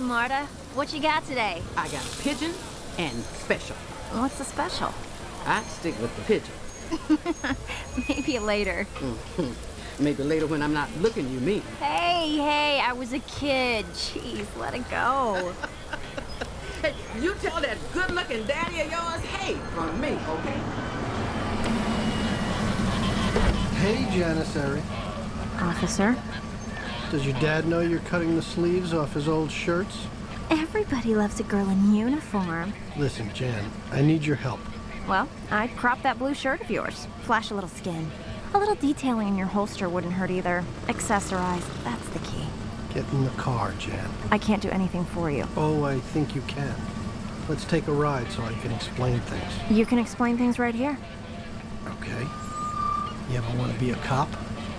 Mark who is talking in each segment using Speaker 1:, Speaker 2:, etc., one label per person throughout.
Speaker 1: Marta. What you got today?
Speaker 2: I got pigeon and special.
Speaker 1: What's the special?
Speaker 2: I stick with the pigeon.
Speaker 1: Maybe later.
Speaker 2: Maybe later when I'm not looking, you mean.
Speaker 1: Hey, hey, I was a kid. Jeez, let it go.
Speaker 2: Hey, you tell that good-looking daddy of yours, hey, from me, okay?
Speaker 3: Hey, Janissary.
Speaker 1: Officer?
Speaker 3: Does your dad know you're cutting the sleeves off his old shirts?
Speaker 1: Everybody loves a girl in uniform.
Speaker 3: Listen, Jan, I need your help.
Speaker 1: Well, I'd crop that blue shirt of yours. Flash a little skin. A little detailing in your holster wouldn't hurt either. Accessorize, that's the key.
Speaker 3: Get in the car, Jan.
Speaker 1: I can't do anything for you.
Speaker 3: Oh, I think you can. Let's take a ride so I can explain things.
Speaker 1: You can explain things right here.
Speaker 3: Okay. You ever want to be a cop?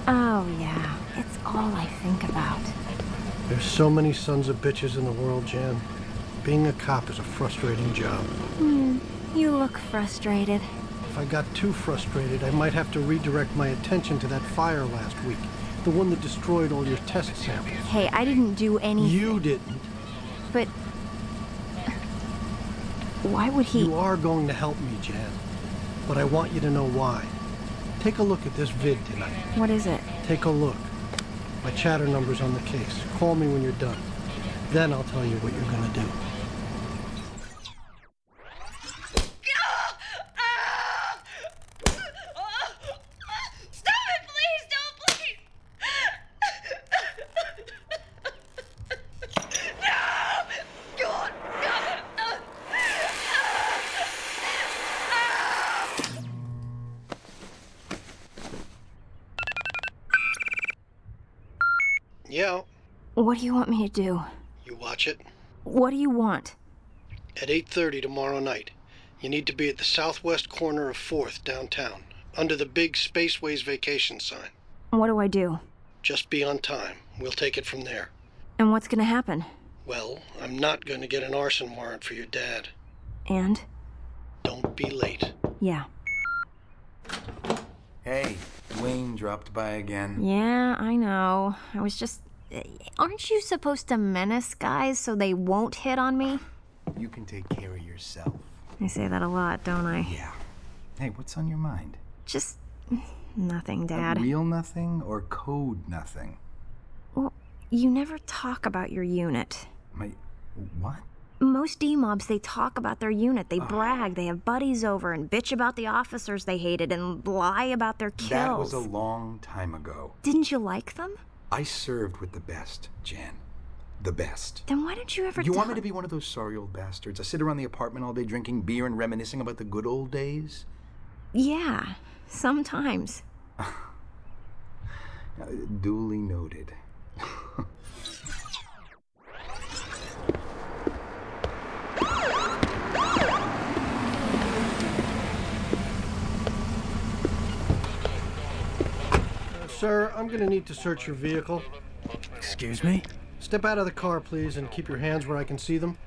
Speaker 1: Oh, yeah. It's all I think about.
Speaker 3: There's so many sons of bitches in the world, Jan. Being a cop is a frustrating job.
Speaker 1: Hmm. You look frustrated.
Speaker 3: If I got too frustrated, I might have to redirect my attention to that fire last week. The one that destroyed all your test samples.
Speaker 1: Hey, I didn't do any.
Speaker 3: You didn't.
Speaker 1: But. Why would he.
Speaker 3: You are going to help me, Jan. But I want you to know why. Take a look at this vid tonight.
Speaker 1: What is it?
Speaker 3: Take a look. My chatter number's on the case. Call me when you're done. Then I'll tell you what you're gonna do.
Speaker 4: Stop it, please! Don't, please! No! God!
Speaker 3: Yeah,
Speaker 1: What do you want me to do?
Speaker 3: you watch it.
Speaker 1: What do you want?
Speaker 3: At 8.30 tomorrow night, you need to be at the southwest corner of 4th downtown, under the big Spaceways vacation sign.
Speaker 1: What do I do?
Speaker 3: Just be on time. We'll take it from there.
Speaker 1: And what's gonna happen?
Speaker 3: Well, I'm not going to get an arson warrant for your dad.
Speaker 1: And?
Speaker 3: Don't be late.
Speaker 1: Yeah.
Speaker 5: Hey, Dwayne dropped by again.
Speaker 1: Yeah, I know. I was just. Aren't you supposed to menace guys so they won't hit on me?
Speaker 5: You can take care of yourself.
Speaker 1: I say that a lot, don't I?
Speaker 5: Yeah. Hey, what's on your mind?
Speaker 1: Just. Nothing,
Speaker 5: A
Speaker 1: Dad.
Speaker 5: Real nothing or code nothing?
Speaker 1: Well, you never talk about your unit.
Speaker 5: My what?
Speaker 1: Most D mobs, they talk about their unit. They brag, they have buddies over, and bitch about the officers they hated, and lie about their kills.
Speaker 5: That was a long time ago.
Speaker 1: Didn't you like them?
Speaker 5: I served with the best, Jan. The best.
Speaker 1: Then why don't you ever
Speaker 5: You want me
Speaker 1: tell-
Speaker 5: to be one of those sorry old bastards? I sit around the apartment all day drinking beer and reminiscing about the good old days?
Speaker 1: Yeah, sometimes.
Speaker 5: Uh, Duly noted.
Speaker 3: Sir, I'm going to need to search your vehicle.
Speaker 6: Excuse me?
Speaker 3: Step out of the car, please, and keep your hands where I can see them.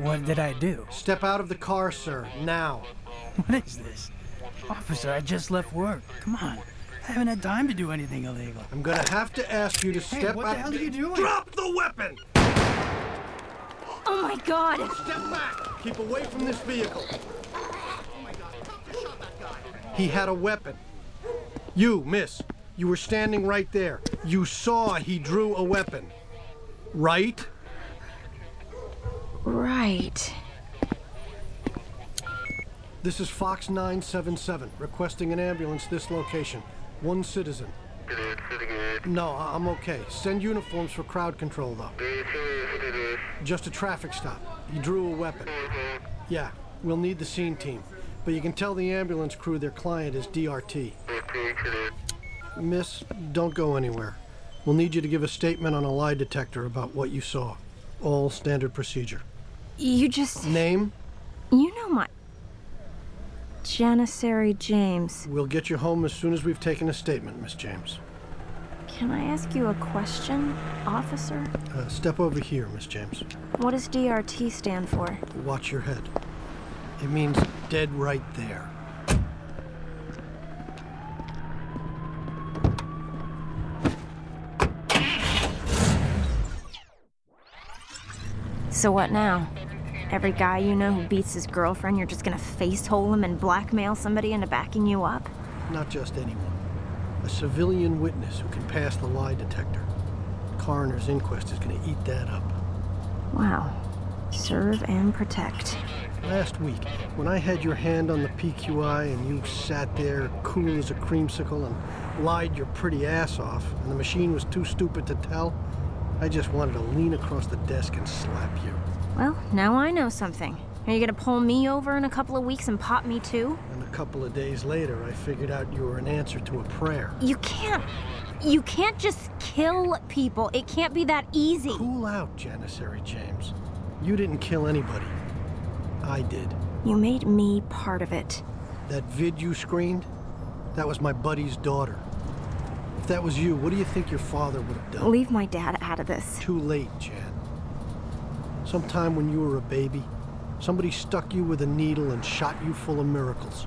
Speaker 6: What did I do?
Speaker 3: Step out of the car, sir, now.
Speaker 6: What is this? Officer, I just left work. Come on. I haven't had time to do anything illegal.
Speaker 3: I'm going to have to ask you to
Speaker 6: Hey,
Speaker 3: step
Speaker 6: what
Speaker 3: out.
Speaker 6: the hell are you doing?
Speaker 3: Drop the weapon!
Speaker 1: Oh my god!
Speaker 3: Step back! Keep away from this vehicle. He had a weapon. You, miss, you were standing right there. You saw he drew a weapon. Right?
Speaker 1: Right.
Speaker 3: This is Fox 977 requesting an ambulance this location. One citizen. No, I- I'm okay. Send uniforms for crowd control, though. Just a traffic stop. He drew a weapon. Yeah, we'll need the scene team. But you can tell the ambulance crew their client is DRT.
Speaker 5: Mm-hmm.
Speaker 3: Miss, don't go anywhere. We'll need you to give a statement on a lie detector about what you saw. All standard procedure.
Speaker 1: You just.
Speaker 3: Name?
Speaker 1: You know my. Janissary James.
Speaker 3: We'll get you home as soon as we've taken a statement, Miss James.
Speaker 1: Can I ask you a question, officer?
Speaker 3: Uh, step over here, Miss James.
Speaker 1: What does DRT stand for?
Speaker 3: Watch your head. It means dead right there.
Speaker 1: So what now? Every guy you know who beats his girlfriend, you're just gonna face hole him and blackmail somebody into backing you up?
Speaker 3: Not just anyone. A civilian witness who can pass the lie detector. Coroner's inquest is going to eat that up.
Speaker 1: Wow. Serve and protect.
Speaker 3: Last week, when I had your hand on the PQI and you sat there cool as a creamsicle and lied your pretty ass off, and the machine was too stupid to tell, I just wanted to lean across the desk and slap you.
Speaker 1: Well, now I know something. Are you gonna pull me over in a couple of weeks and pop me too?
Speaker 3: And a couple of days later, I figured out you were an answer to a prayer.
Speaker 1: You can't. You can't just kill people. It can't be that easy.
Speaker 3: Cool out, Janissary James. You didn't kill anybody. I did.
Speaker 1: You made me part of it.
Speaker 3: That vid you screened, that was my buddy's daughter. If that was you, what do you think your father would have done?
Speaker 1: Leave my dad out of this.
Speaker 3: Too late, Jan. Sometime when you were a baby, somebody stuck you with a needle and shot you full of miracles.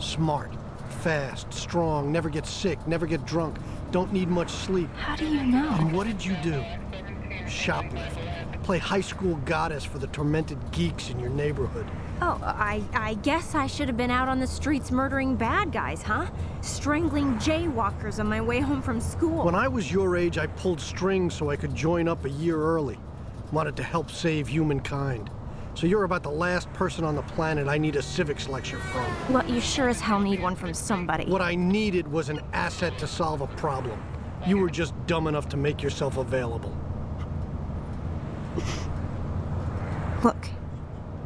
Speaker 3: Smart, fast, strong, never get sick, never get drunk, don't need much sleep.
Speaker 1: How do you know?
Speaker 3: And what did you do? Shoplift. Play high school goddess for the tormented geeks in your neighborhood.
Speaker 1: Oh, I, I guess I should have been out on the streets murdering bad guys, huh? Strangling jaywalkers on my way home from school.
Speaker 3: When I was your age, I pulled strings so I could join up a year early. Wanted to help save humankind. So you're about the last person on the planet I need a civics lecture from.
Speaker 1: Well, you sure as hell need one from somebody.
Speaker 3: What I needed was an asset to solve a problem. You were just dumb enough to make yourself available.
Speaker 1: Look,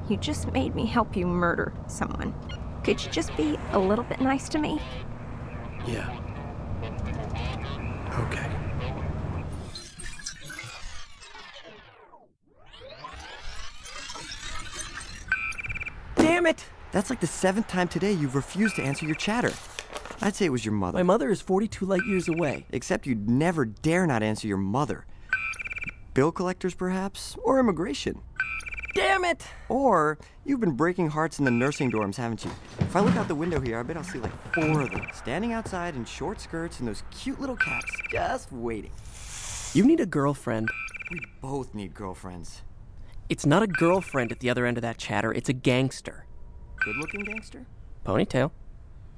Speaker 1: you just made me help you murder someone. Could you just be a little bit nice to me?
Speaker 3: Yeah. Okay.
Speaker 7: Damn it! That's like the seventh time today you've refused to answer your chatter. I'd say it was your mother.
Speaker 8: My mother is 42 light years away.
Speaker 7: Except you'd never dare not answer your mother. Bill collectors, perhaps? Or immigration?
Speaker 8: Damn it!
Speaker 7: Or you've been breaking hearts in the nursing dorms, haven't you? If I look out the window here, I bet I'll see like four of them standing outside in short skirts and those cute little caps, just waiting.
Speaker 8: You need a girlfriend.
Speaker 7: We both need girlfriends.
Speaker 8: It's not a girlfriend at the other end of that chatter, it's a gangster.
Speaker 7: Good looking gangster?
Speaker 8: Ponytail.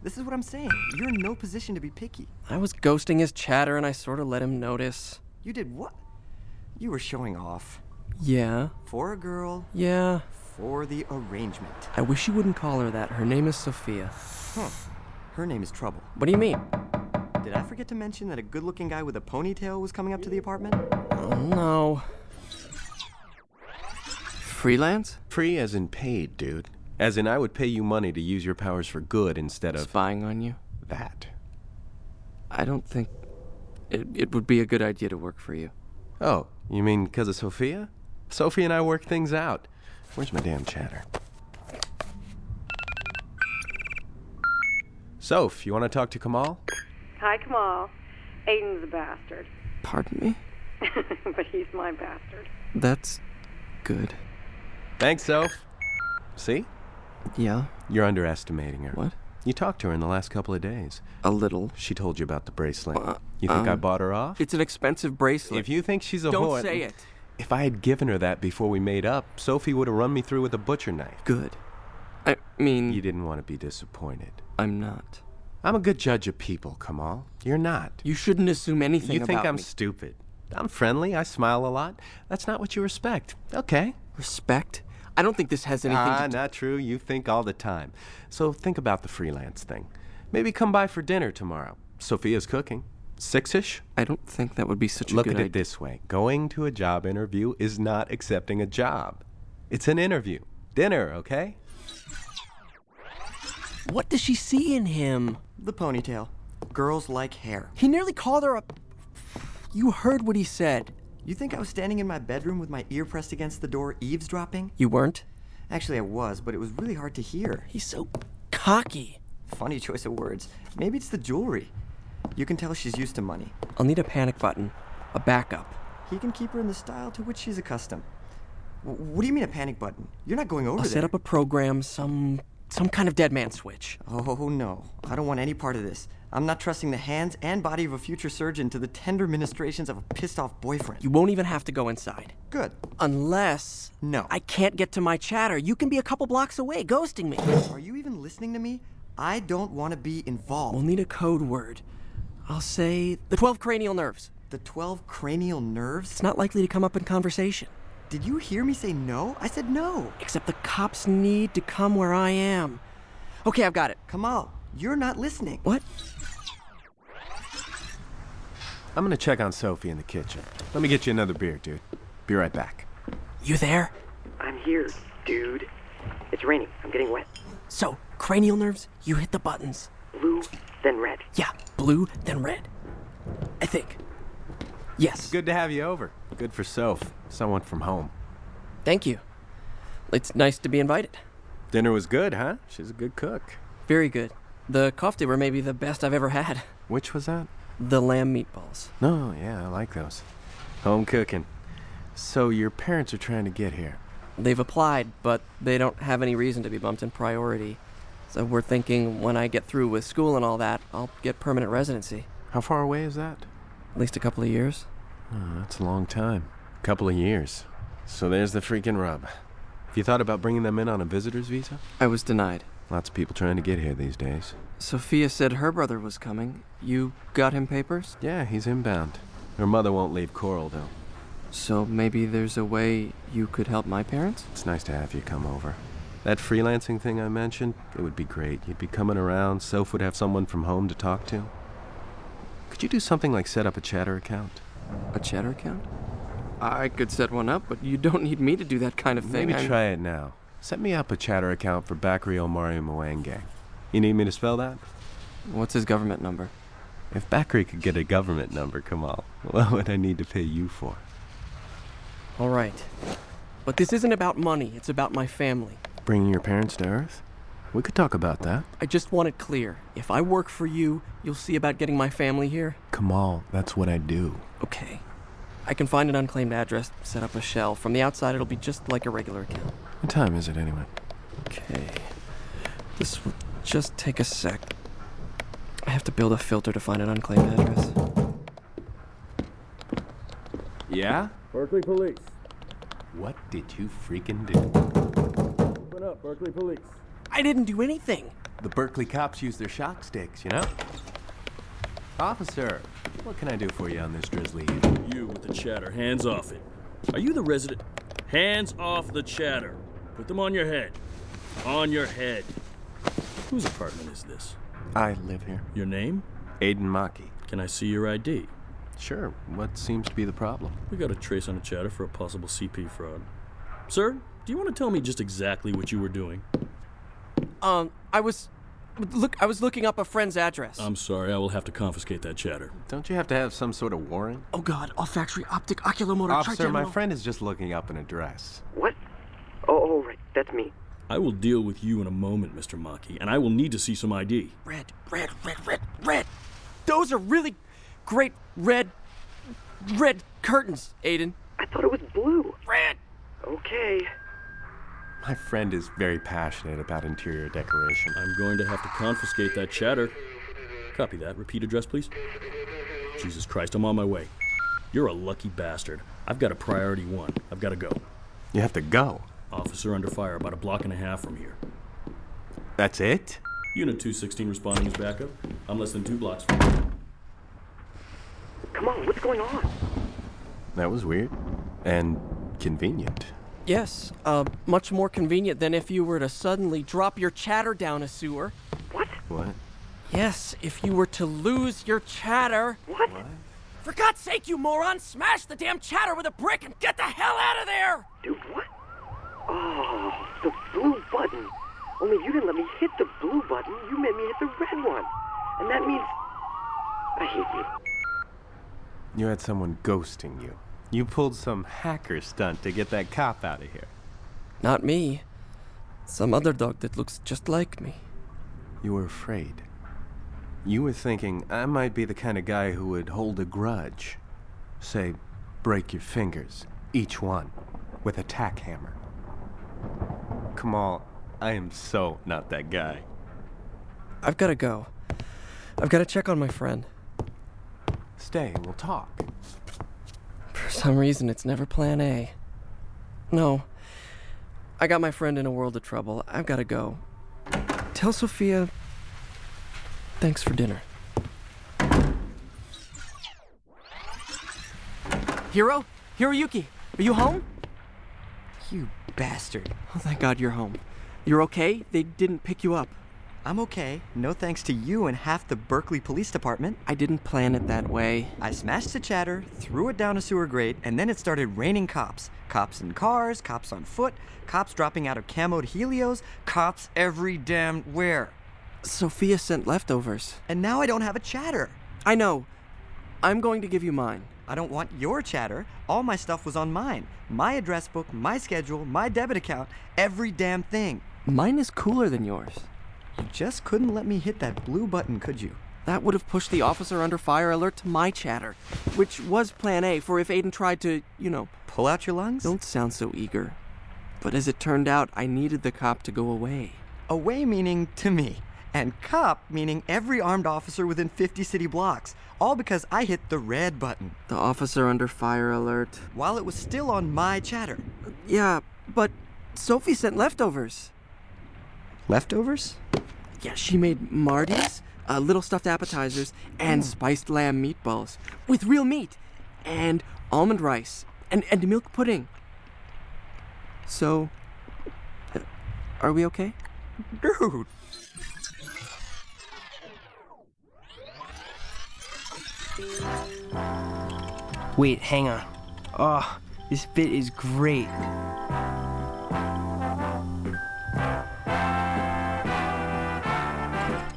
Speaker 7: This is what I'm saying. You're in no position to be picky.
Speaker 8: I was ghosting his chatter and I sort of let him notice.
Speaker 7: You did what? You were showing off.
Speaker 8: Yeah,
Speaker 7: For a girl,
Speaker 8: yeah.
Speaker 7: for the arrangement.
Speaker 8: I wish you wouldn't call her that. Her name is Sophia.
Speaker 7: Huh. Her name is Trouble.
Speaker 8: What do you mean?
Speaker 7: Did I forget to mention that a good looking guy with a ponytail was coming up to the apartment?
Speaker 8: Oh, no. Freelance?
Speaker 9: Free as in paid, dude. As in, I would pay you money to use your powers for good instead of
Speaker 8: Spying on you?
Speaker 9: that.
Speaker 8: I don't think it, it would be a good idea to work for you.
Speaker 9: Oh, you mean because of Sophia? Sophie and I work things out. Where's my damn chatter? Soph, you want to talk to Kamal?
Speaker 10: Hi, Kamal. Aiden's a bastard,
Speaker 8: Pardon me?
Speaker 10: but he's my bastard.
Speaker 8: That's good.
Speaker 9: Thanks, Soph. See?
Speaker 8: Yeah?
Speaker 9: You're underestimating her.
Speaker 8: What?
Speaker 9: You talked to her in the last couple of days.
Speaker 8: A little. Uh, um.
Speaker 9: She told you about the bracelet. You think I bought her off?
Speaker 8: It's an expensive bracelet.
Speaker 9: If you think she's a
Speaker 8: Don't
Speaker 9: whore,
Speaker 8: say it.
Speaker 9: If I had given her that before we made up, Sophie would have run me through with a butcher knife.
Speaker 8: Good. I mean,
Speaker 9: You didn't want to be disappointed.
Speaker 8: I'm not.
Speaker 9: I'm a good judge of people, Kamal. You're not.
Speaker 8: You shouldn't assume anything
Speaker 9: You think
Speaker 8: about
Speaker 9: I'm
Speaker 8: me.
Speaker 9: stupid. I'm friendly. I smile a lot. That's not what you respect. Okay.
Speaker 8: Respect? I don't think this has anything
Speaker 9: ah,
Speaker 8: to do.
Speaker 9: not true. You think all the time. So think about the freelance thing. Maybe come by for dinner tomorrow. Sophia's cooking. Six-ish?
Speaker 8: I don't think that would be such a
Speaker 9: Look
Speaker 8: good
Speaker 9: at it
Speaker 8: idea.
Speaker 9: this way going to a job interview is not accepting a job, it's an interview. Dinner, okay?
Speaker 8: What does she see in him?
Speaker 7: The ponytail. Girls like hair.
Speaker 8: He nearly called her a. You heard what he said.
Speaker 7: You think I was standing in my bedroom with my ear pressed against the door eavesdropping?
Speaker 8: You weren't?
Speaker 7: Actually, I was, but it was really hard to hear.
Speaker 8: He's so cocky.
Speaker 7: Funny choice of words. Maybe it's the jewelry. You can tell she's used to money.
Speaker 8: I'll need a panic button, a backup.
Speaker 7: He can keep her in the style to which she's accustomed. W- What do you mean a panic button? You're not going over
Speaker 8: I'll
Speaker 7: there.
Speaker 8: set up a program, some
Speaker 7: Some kind of dead man switch. Oh, no. I don't want any part of this. I'm not trusting the hands and body of a future surgeon to the tender ministrations of a pissed off boyfriend.
Speaker 11: You won't even have to go inside.
Speaker 7: Good.
Speaker 11: Unless.
Speaker 7: No.
Speaker 11: I can't get to my chatter. You can be a couple blocks away, ghosting me.
Speaker 7: Are you even listening to me? I don't want to be involved.
Speaker 11: We'll need a code word. I'll say the 12 cranial nerves.
Speaker 7: The 12 cranial nerves?
Speaker 11: It's not likely to come up in conversation.
Speaker 7: Did you hear me say no? I said no.
Speaker 11: Except the cops need to come where I am. Okay, I've got it.
Speaker 7: Kamal, you're not listening.
Speaker 11: What?
Speaker 9: I'm gonna check on Sophie in the kitchen. Let me get you another beer, dude. Be right back.
Speaker 11: You there?
Speaker 12: I'm here, dude. It's raining. I'm getting wet.
Speaker 11: So, cranial nerves, you hit the buttons.
Speaker 12: Blue, then red.
Speaker 11: Yeah, blue, then red. I think. Yes.
Speaker 9: Good to have you over. Good for Soph. Someone from home.
Speaker 11: Thank you. It's nice to be invited.
Speaker 9: Dinner was good, huh? She's a good cook.
Speaker 11: Very good. The kofte were maybe the best I've ever had.
Speaker 9: Which was that?
Speaker 11: The lamb meatballs.
Speaker 9: No, oh, yeah, I like those. Home cooking. So your parents are trying to get here.
Speaker 11: They've applied, but they don't have any reason to be bumped in priority. So we're thinking when I get through with school and all that, I'll get permanent residency.
Speaker 9: How far away is that?
Speaker 11: At least a couple of years.
Speaker 9: Oh, that's a long time. A couple of years. So there's the freaking rub. Have you thought about bringing them in on a visitor's visa?
Speaker 8: I was denied.
Speaker 9: Lots of people trying to get here these days.
Speaker 8: Sophia said her brother was coming. You got him papers?
Speaker 9: Yeah, he's inbound. Her mother won't leave Coral, though.
Speaker 8: So maybe there's a way you could help my parents?
Speaker 9: It's nice to have you come over. That freelancing thing I mentioned, it would be great. You'd be coming around, Soph would have someone from home to talk to. Could you do something like set up a chatter account?
Speaker 8: A chatter account? I could set one up, but you don't need me to do that kind of thing.
Speaker 9: Maybe I'm... try it now. Set me up a chatter account for Bakri Omari Mwange. You need me to spell that?
Speaker 8: What's his government number?
Speaker 9: If Bakri could get a government number, Kamal, what would I need to pay you for?
Speaker 11: All right. But this isn't about money, it's about my family.
Speaker 9: Bringing your parents to Earth? We could talk about that.
Speaker 11: I just want it clear. If I work for you, you'll see about getting my family here.
Speaker 9: Kamal, that's what I do.
Speaker 11: Okay. I can find an unclaimed address, set up a shell. From the outside, it'll be just like a regular account.
Speaker 9: What time is it anyway?
Speaker 11: Okay. This will just take a sec. I have to build a filter to find an unclaimed address.
Speaker 9: Yeah?
Speaker 13: Berkeley Police.
Speaker 9: What did you freaking do?
Speaker 13: Open up, Berkeley Police.
Speaker 11: I didn't do anything.
Speaker 9: The Berkeley cops use their shock sticks, you know? Officer, what can I do for you on this drizzly evening?
Speaker 14: You with the chatter, hands off it. Are you the resident? Hands off the chatter. Put them on your head. On your head. Whose apartment is this?
Speaker 9: I live here.
Speaker 14: Your name?
Speaker 9: Aiden Maki.
Speaker 14: Can I see your ID?
Speaker 9: Sure. What seems to be the problem?
Speaker 14: We got a trace on a chatter for a possible CP fraud. Sir, do you want to tell me just exactly what you were doing?
Speaker 11: Um, I was look I was looking up a friend's address.
Speaker 14: I'm sorry, I will have to confiscate that chatter.
Speaker 9: Don't you have to have some sort of warrant?
Speaker 11: Oh god, olfactory, optic, oculomotor,
Speaker 9: Officer, trigeminal. my friend is just looking up an address.
Speaker 12: What? Oh, oh, right, that's me.
Speaker 14: I will deal with you in a moment, Mr. Maki, and I will need to see some ID.
Speaker 11: Red, red, red, red, red. Those are really great red red curtains, Aiden.
Speaker 12: I thought it was blue.
Speaker 11: Red.
Speaker 12: Okay.
Speaker 9: My friend is very passionate about interior decoration.
Speaker 14: I'm going to have to confiscate that chatter. Copy that. Repeat address, please. Jesus Christ, I'm on my way. You're a lucky bastard. I've got a priority one. I've got to go.
Speaker 9: You have to go?
Speaker 14: Officer under fire, about a block and a half from here.
Speaker 9: That's it?
Speaker 14: Unit 216 responding as backup. I'm less than two blocks from here.
Speaker 12: Come on, what's going on?
Speaker 9: That was weird. And convenient.
Speaker 11: Yes, uh, much more convenient than if you were to suddenly drop your chatter down a sewer.
Speaker 12: What?
Speaker 9: What?
Speaker 11: Yes, if you were to lose your chatter.
Speaker 12: What? what?
Speaker 11: For God's sake, you moron! Smash the damn chatter with a brick and get the hell out of there!
Speaker 12: Dude, what? Oh, the blue button. Only you didn't let me hit the blue button, you made me hit the red one. And that means. I hate you.
Speaker 9: You had someone ghosting you. You pulled some hacker stunt to get that cop out of here.
Speaker 11: Not me. Some other dog that looks just like me.
Speaker 9: You were afraid. You were thinking I might be the kind of guy who would hold a grudge. Say, break your fingers, each one, with a tack hammer. Kamal, I am so not that guy.
Speaker 11: I've got to go. I've got to check on my friend.
Speaker 9: Stay, we'll talk.
Speaker 11: For some reason, it's never plan A. No. I got my friend in a world of trouble. I've got to go. Tell Sophia thanks for dinner.
Speaker 13: Hiro? Hiroyuki, are you home?
Speaker 7: You bastard.
Speaker 11: Oh, thank God you're home. You're okay? They didn't pick you up.
Speaker 7: I'm okay. No thanks to you and half the Berkeley Police Department.
Speaker 11: I didn't plan it that way.
Speaker 7: I smashed the chatter, threw it down a sewer grate, and then it started raining cops. Cops in cars, cops on foot, cops dropping out of camoed helios, cops every damn where.
Speaker 11: Sophia sent leftovers.
Speaker 7: And now I don't have a chatter.
Speaker 11: I know. I'm going to give you mine.
Speaker 7: I don't want your chatter. All my stuff was on mine my address book, my schedule, my debit account, every damn thing.
Speaker 11: Mine is cooler than yours.
Speaker 7: You just couldn't let me hit that blue button, could you?
Speaker 11: That would have pushed the officer under fire alert to my chatter, which was plan A for if Aiden tried to, you know.
Speaker 7: Pull out your lungs?
Speaker 11: Don't sound so eager. But as it turned out, I needed the cop to go away.
Speaker 7: Away meaning to me and cop meaning every armed officer within 50 city blocks, all because I hit the red button.
Speaker 11: The officer under fire alert.
Speaker 7: While it was still on my chatter.
Speaker 11: Yeah, but Sophie sent leftovers.
Speaker 7: Leftovers?
Speaker 11: Yeah, she made Marty's, uh, little stuffed appetizers,
Speaker 7: Oh.
Speaker 11: and spiced lamb meatballs with real meat, and almond rice, and, and milk pudding. So, uh, are we okay?
Speaker 7: Dude,
Speaker 13: Wait, hang on. Oh, this bit is great.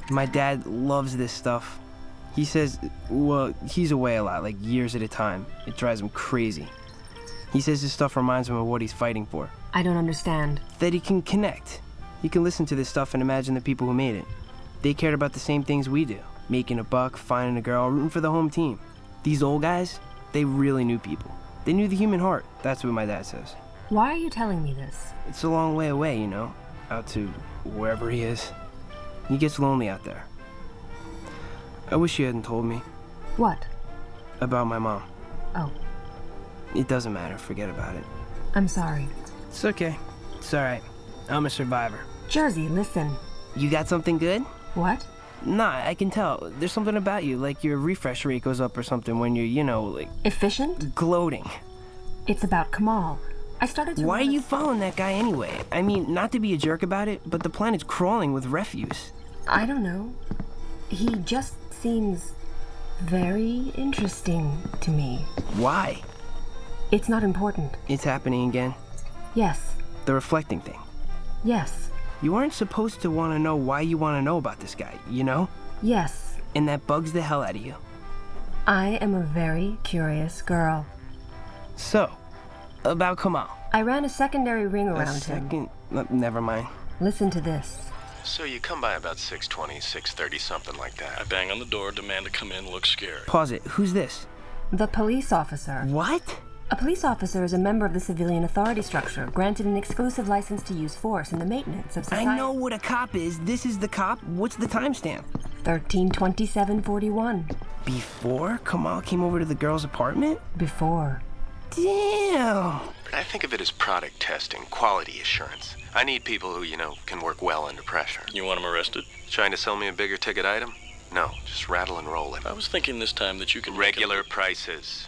Speaker 13: My dad loves this stuff. He says, well, he's away a lot, like years at a time. It drives him crazy. He says this stuff reminds him of what he's fighting for.
Speaker 15: I don't understand.
Speaker 13: That he can connect. He can listen to this stuff and imagine the people who made it. They cared about the same things we do making a buck, finding a girl, rooting for the home team. These old guys, they really knew people. They knew the human heart. That's what my dad says.
Speaker 15: Why are you telling me this?
Speaker 13: It's a long way away, you know, out to wherever he is. He gets lonely out there. I wish you hadn't told me.
Speaker 15: What?
Speaker 13: About my mom.
Speaker 15: Oh.
Speaker 13: It doesn't matter. Forget about it.
Speaker 15: I'm sorry.
Speaker 13: It's okay. It's all right. I'm a survivor.
Speaker 15: Jersey, listen.
Speaker 13: You got something good?
Speaker 15: What?
Speaker 13: Nah, I can tell. There's something about you, like your refresh rate goes up or something when you're, you know, like.
Speaker 15: Efficient?
Speaker 13: Gloating.
Speaker 15: It's about Kamal. I started to.
Speaker 13: Why notice... are you following that guy anyway? I mean, not to be a jerk about it, but the planet's crawling with refuse.
Speaker 15: I don't know. He just seems very interesting to me.
Speaker 13: Why?
Speaker 15: It's not important.
Speaker 13: It's happening again?
Speaker 15: Yes.
Speaker 13: The reflecting thing?
Speaker 15: Yes.
Speaker 13: You aren't supposed to want to know why you want to know about this guy, you know?
Speaker 15: Yes.
Speaker 13: And that bugs the hell out of you.
Speaker 15: I am a very curious girl.
Speaker 13: So, about Kamal.
Speaker 15: I ran a secondary ring around a
Speaker 13: second...
Speaker 15: him.
Speaker 13: Never mind.
Speaker 15: Listen to this.
Speaker 16: So you come by about 6:20, 6:30, something like that.
Speaker 14: I bang on the door, demand to come in, look scared.
Speaker 13: Pause it. Who's this?
Speaker 15: The police officer.
Speaker 13: What?
Speaker 15: A police officer is a member of the civilian authority structure, granted an exclusive license to use force in the maintenance of society.
Speaker 13: I know what a cop is. This is the cop. What's the timestamp?
Speaker 15: 132741.
Speaker 13: Before Kamal came over to the girl's apartment?
Speaker 15: Before.
Speaker 13: Damn.
Speaker 16: I think of it as product testing, quality assurance. I need people who, you know, can work well under pressure.
Speaker 14: You want them arrested?
Speaker 16: Trying to sell me a bigger ticket item? No, just rattle and roll it.
Speaker 14: I was thinking this time that you could.
Speaker 16: Regular prices.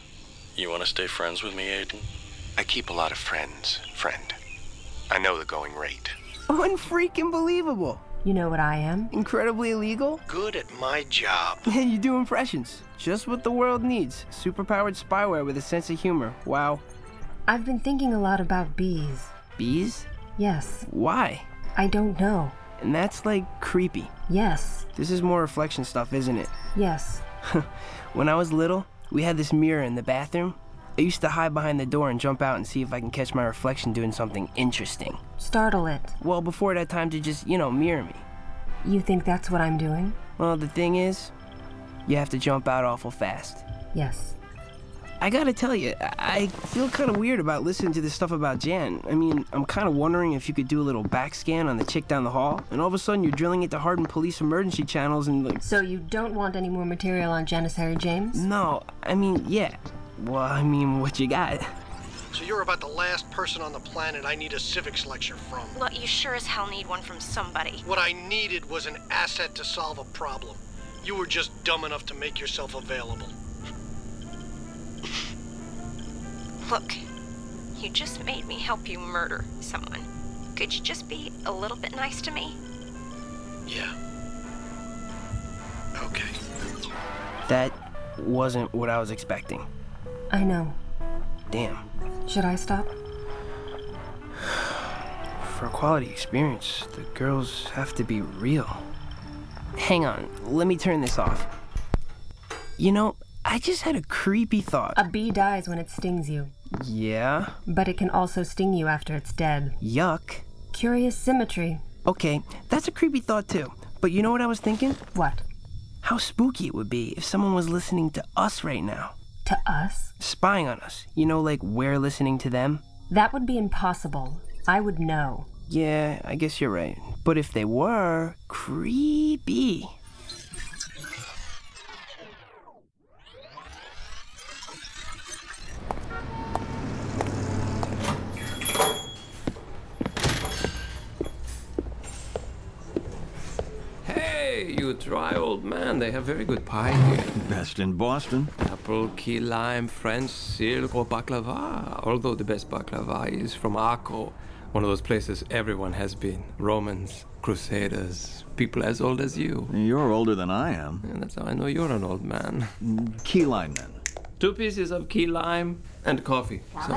Speaker 14: You want to stay friends with me, Aiden?
Speaker 16: I keep a lot of friends, friend. I know the going rate.
Speaker 13: Unfreaking believable.
Speaker 15: You know what I am?
Speaker 13: Incredibly illegal?
Speaker 16: Good at my job.
Speaker 13: And you do impressions. Just what the world needs. Superpowered spyware with a sense of humor. Wow.
Speaker 15: I've been thinking a lot about bees.
Speaker 13: Bees?
Speaker 15: Yes.
Speaker 13: Why?
Speaker 15: I don't know.
Speaker 13: And that's like creepy.
Speaker 15: Yes.
Speaker 13: This is more reflection stuff, isn't it?
Speaker 15: Yes.
Speaker 13: when I was little, we had this mirror in the bathroom. I used to hide behind the door and jump out and see if I can catch my reflection doing something interesting.
Speaker 15: Startle it.
Speaker 13: Well, before that time to just, you know, mirror me.
Speaker 15: You think that's what I'm doing?
Speaker 13: Well, the thing is, you have to jump out awful fast.
Speaker 15: Yes.
Speaker 13: I gotta tell you, I I feel kind of weird about listening to this stuff about Jan. I mean, I'm kind of wondering if you could do a little back scan on the chick down the hall, and all of a sudden you're drilling into hardened police emergency channels and like.
Speaker 15: So you don't want any more material on Janissary James?
Speaker 13: No, I mean, yeah. Well, I mean, what you got?
Speaker 3: So you're about the last person on the planet I need a civics lecture from.
Speaker 1: Look, you sure as hell need one from somebody.
Speaker 3: What I needed was an asset to solve a problem. You were just dumb enough to make yourself available.
Speaker 1: Look, you just made me help you murder someone. Could you just be a little bit nice to me?
Speaker 3: Yeah.
Speaker 13: That wasn't what I was expecting.
Speaker 15: I know.
Speaker 13: Damn.
Speaker 15: Should I stop?
Speaker 13: For a quality experience, the girls have to be real. Hang on, let me turn this off. You know, I just had a creepy thought.
Speaker 15: A bee dies when it stings you,
Speaker 13: Yeah?
Speaker 15: but it can also sting you after it's dead.
Speaker 13: Yuck.
Speaker 15: Curious symmetry.
Speaker 13: Okay, that's a creepy thought too. But you know what I was thinking?
Speaker 15: What?
Speaker 13: How spooky it would be if someone was listening to us right now,
Speaker 15: To us?
Speaker 13: spying on us. You know, like we're listening to them?
Speaker 15: That would be impossible. I would know.
Speaker 13: Yeah, I guess you're right. But if they were, creepy.
Speaker 8: Hey, you try, old man. They have very good pie here.
Speaker 17: Best in Boston.
Speaker 8: Apple, key lime, French silk, or baklava. Although the best baklava is from Akko, one of those places everyone has been. Romans, Crusaders, people as old as you.
Speaker 17: You're older than I am.
Speaker 8: that's how I know you're an old man.
Speaker 17: Key lime, then.
Speaker 8: Two pieces of key lime and coffee. So,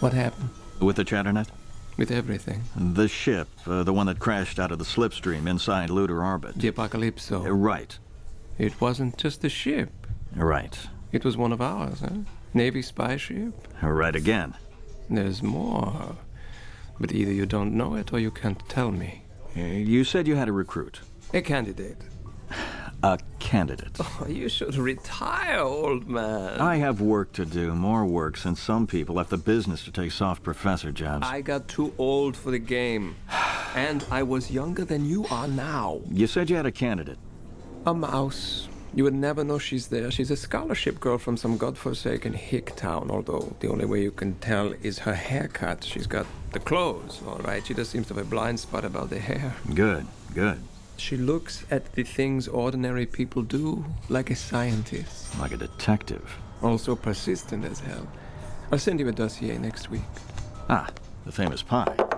Speaker 8: what happened?
Speaker 17: With the Chatternet?
Speaker 8: With everything.
Speaker 17: The ship, uh, the one that crashed out of the slipstream inside Lunar orbit. Uh,
Speaker 8: The Apocalypso.
Speaker 17: right.
Speaker 8: It wasn't just a ship.
Speaker 17: Right.
Speaker 8: It was one of ours, huh? Navy spy ship.
Speaker 17: Right again.
Speaker 8: There's more. But either you don't know it or you can't tell me.
Speaker 17: Uh, You said you had a recruit.
Speaker 8: A candidate.
Speaker 17: A candidate.
Speaker 8: Oh, you should retire, old man.
Speaker 17: I have work to do, more work, since some people left the business to take soft professor jobs.
Speaker 8: I got too old for the game. And I was younger than you are now.
Speaker 17: You said you had a candidate.
Speaker 8: A mouse. You would never know she's there. She's a scholarship girl from some godforsaken hick town, although the only way you can tell is her haircut. She's got the clothes, all right. She just seems to have a blind spot about the hair.
Speaker 17: Good, good.
Speaker 8: She looks at the things ordinary people do like a scientist.
Speaker 17: Like a detective.
Speaker 8: Also persistent as hell. I'll send you a dossier next week.
Speaker 17: Ah, the famous pie.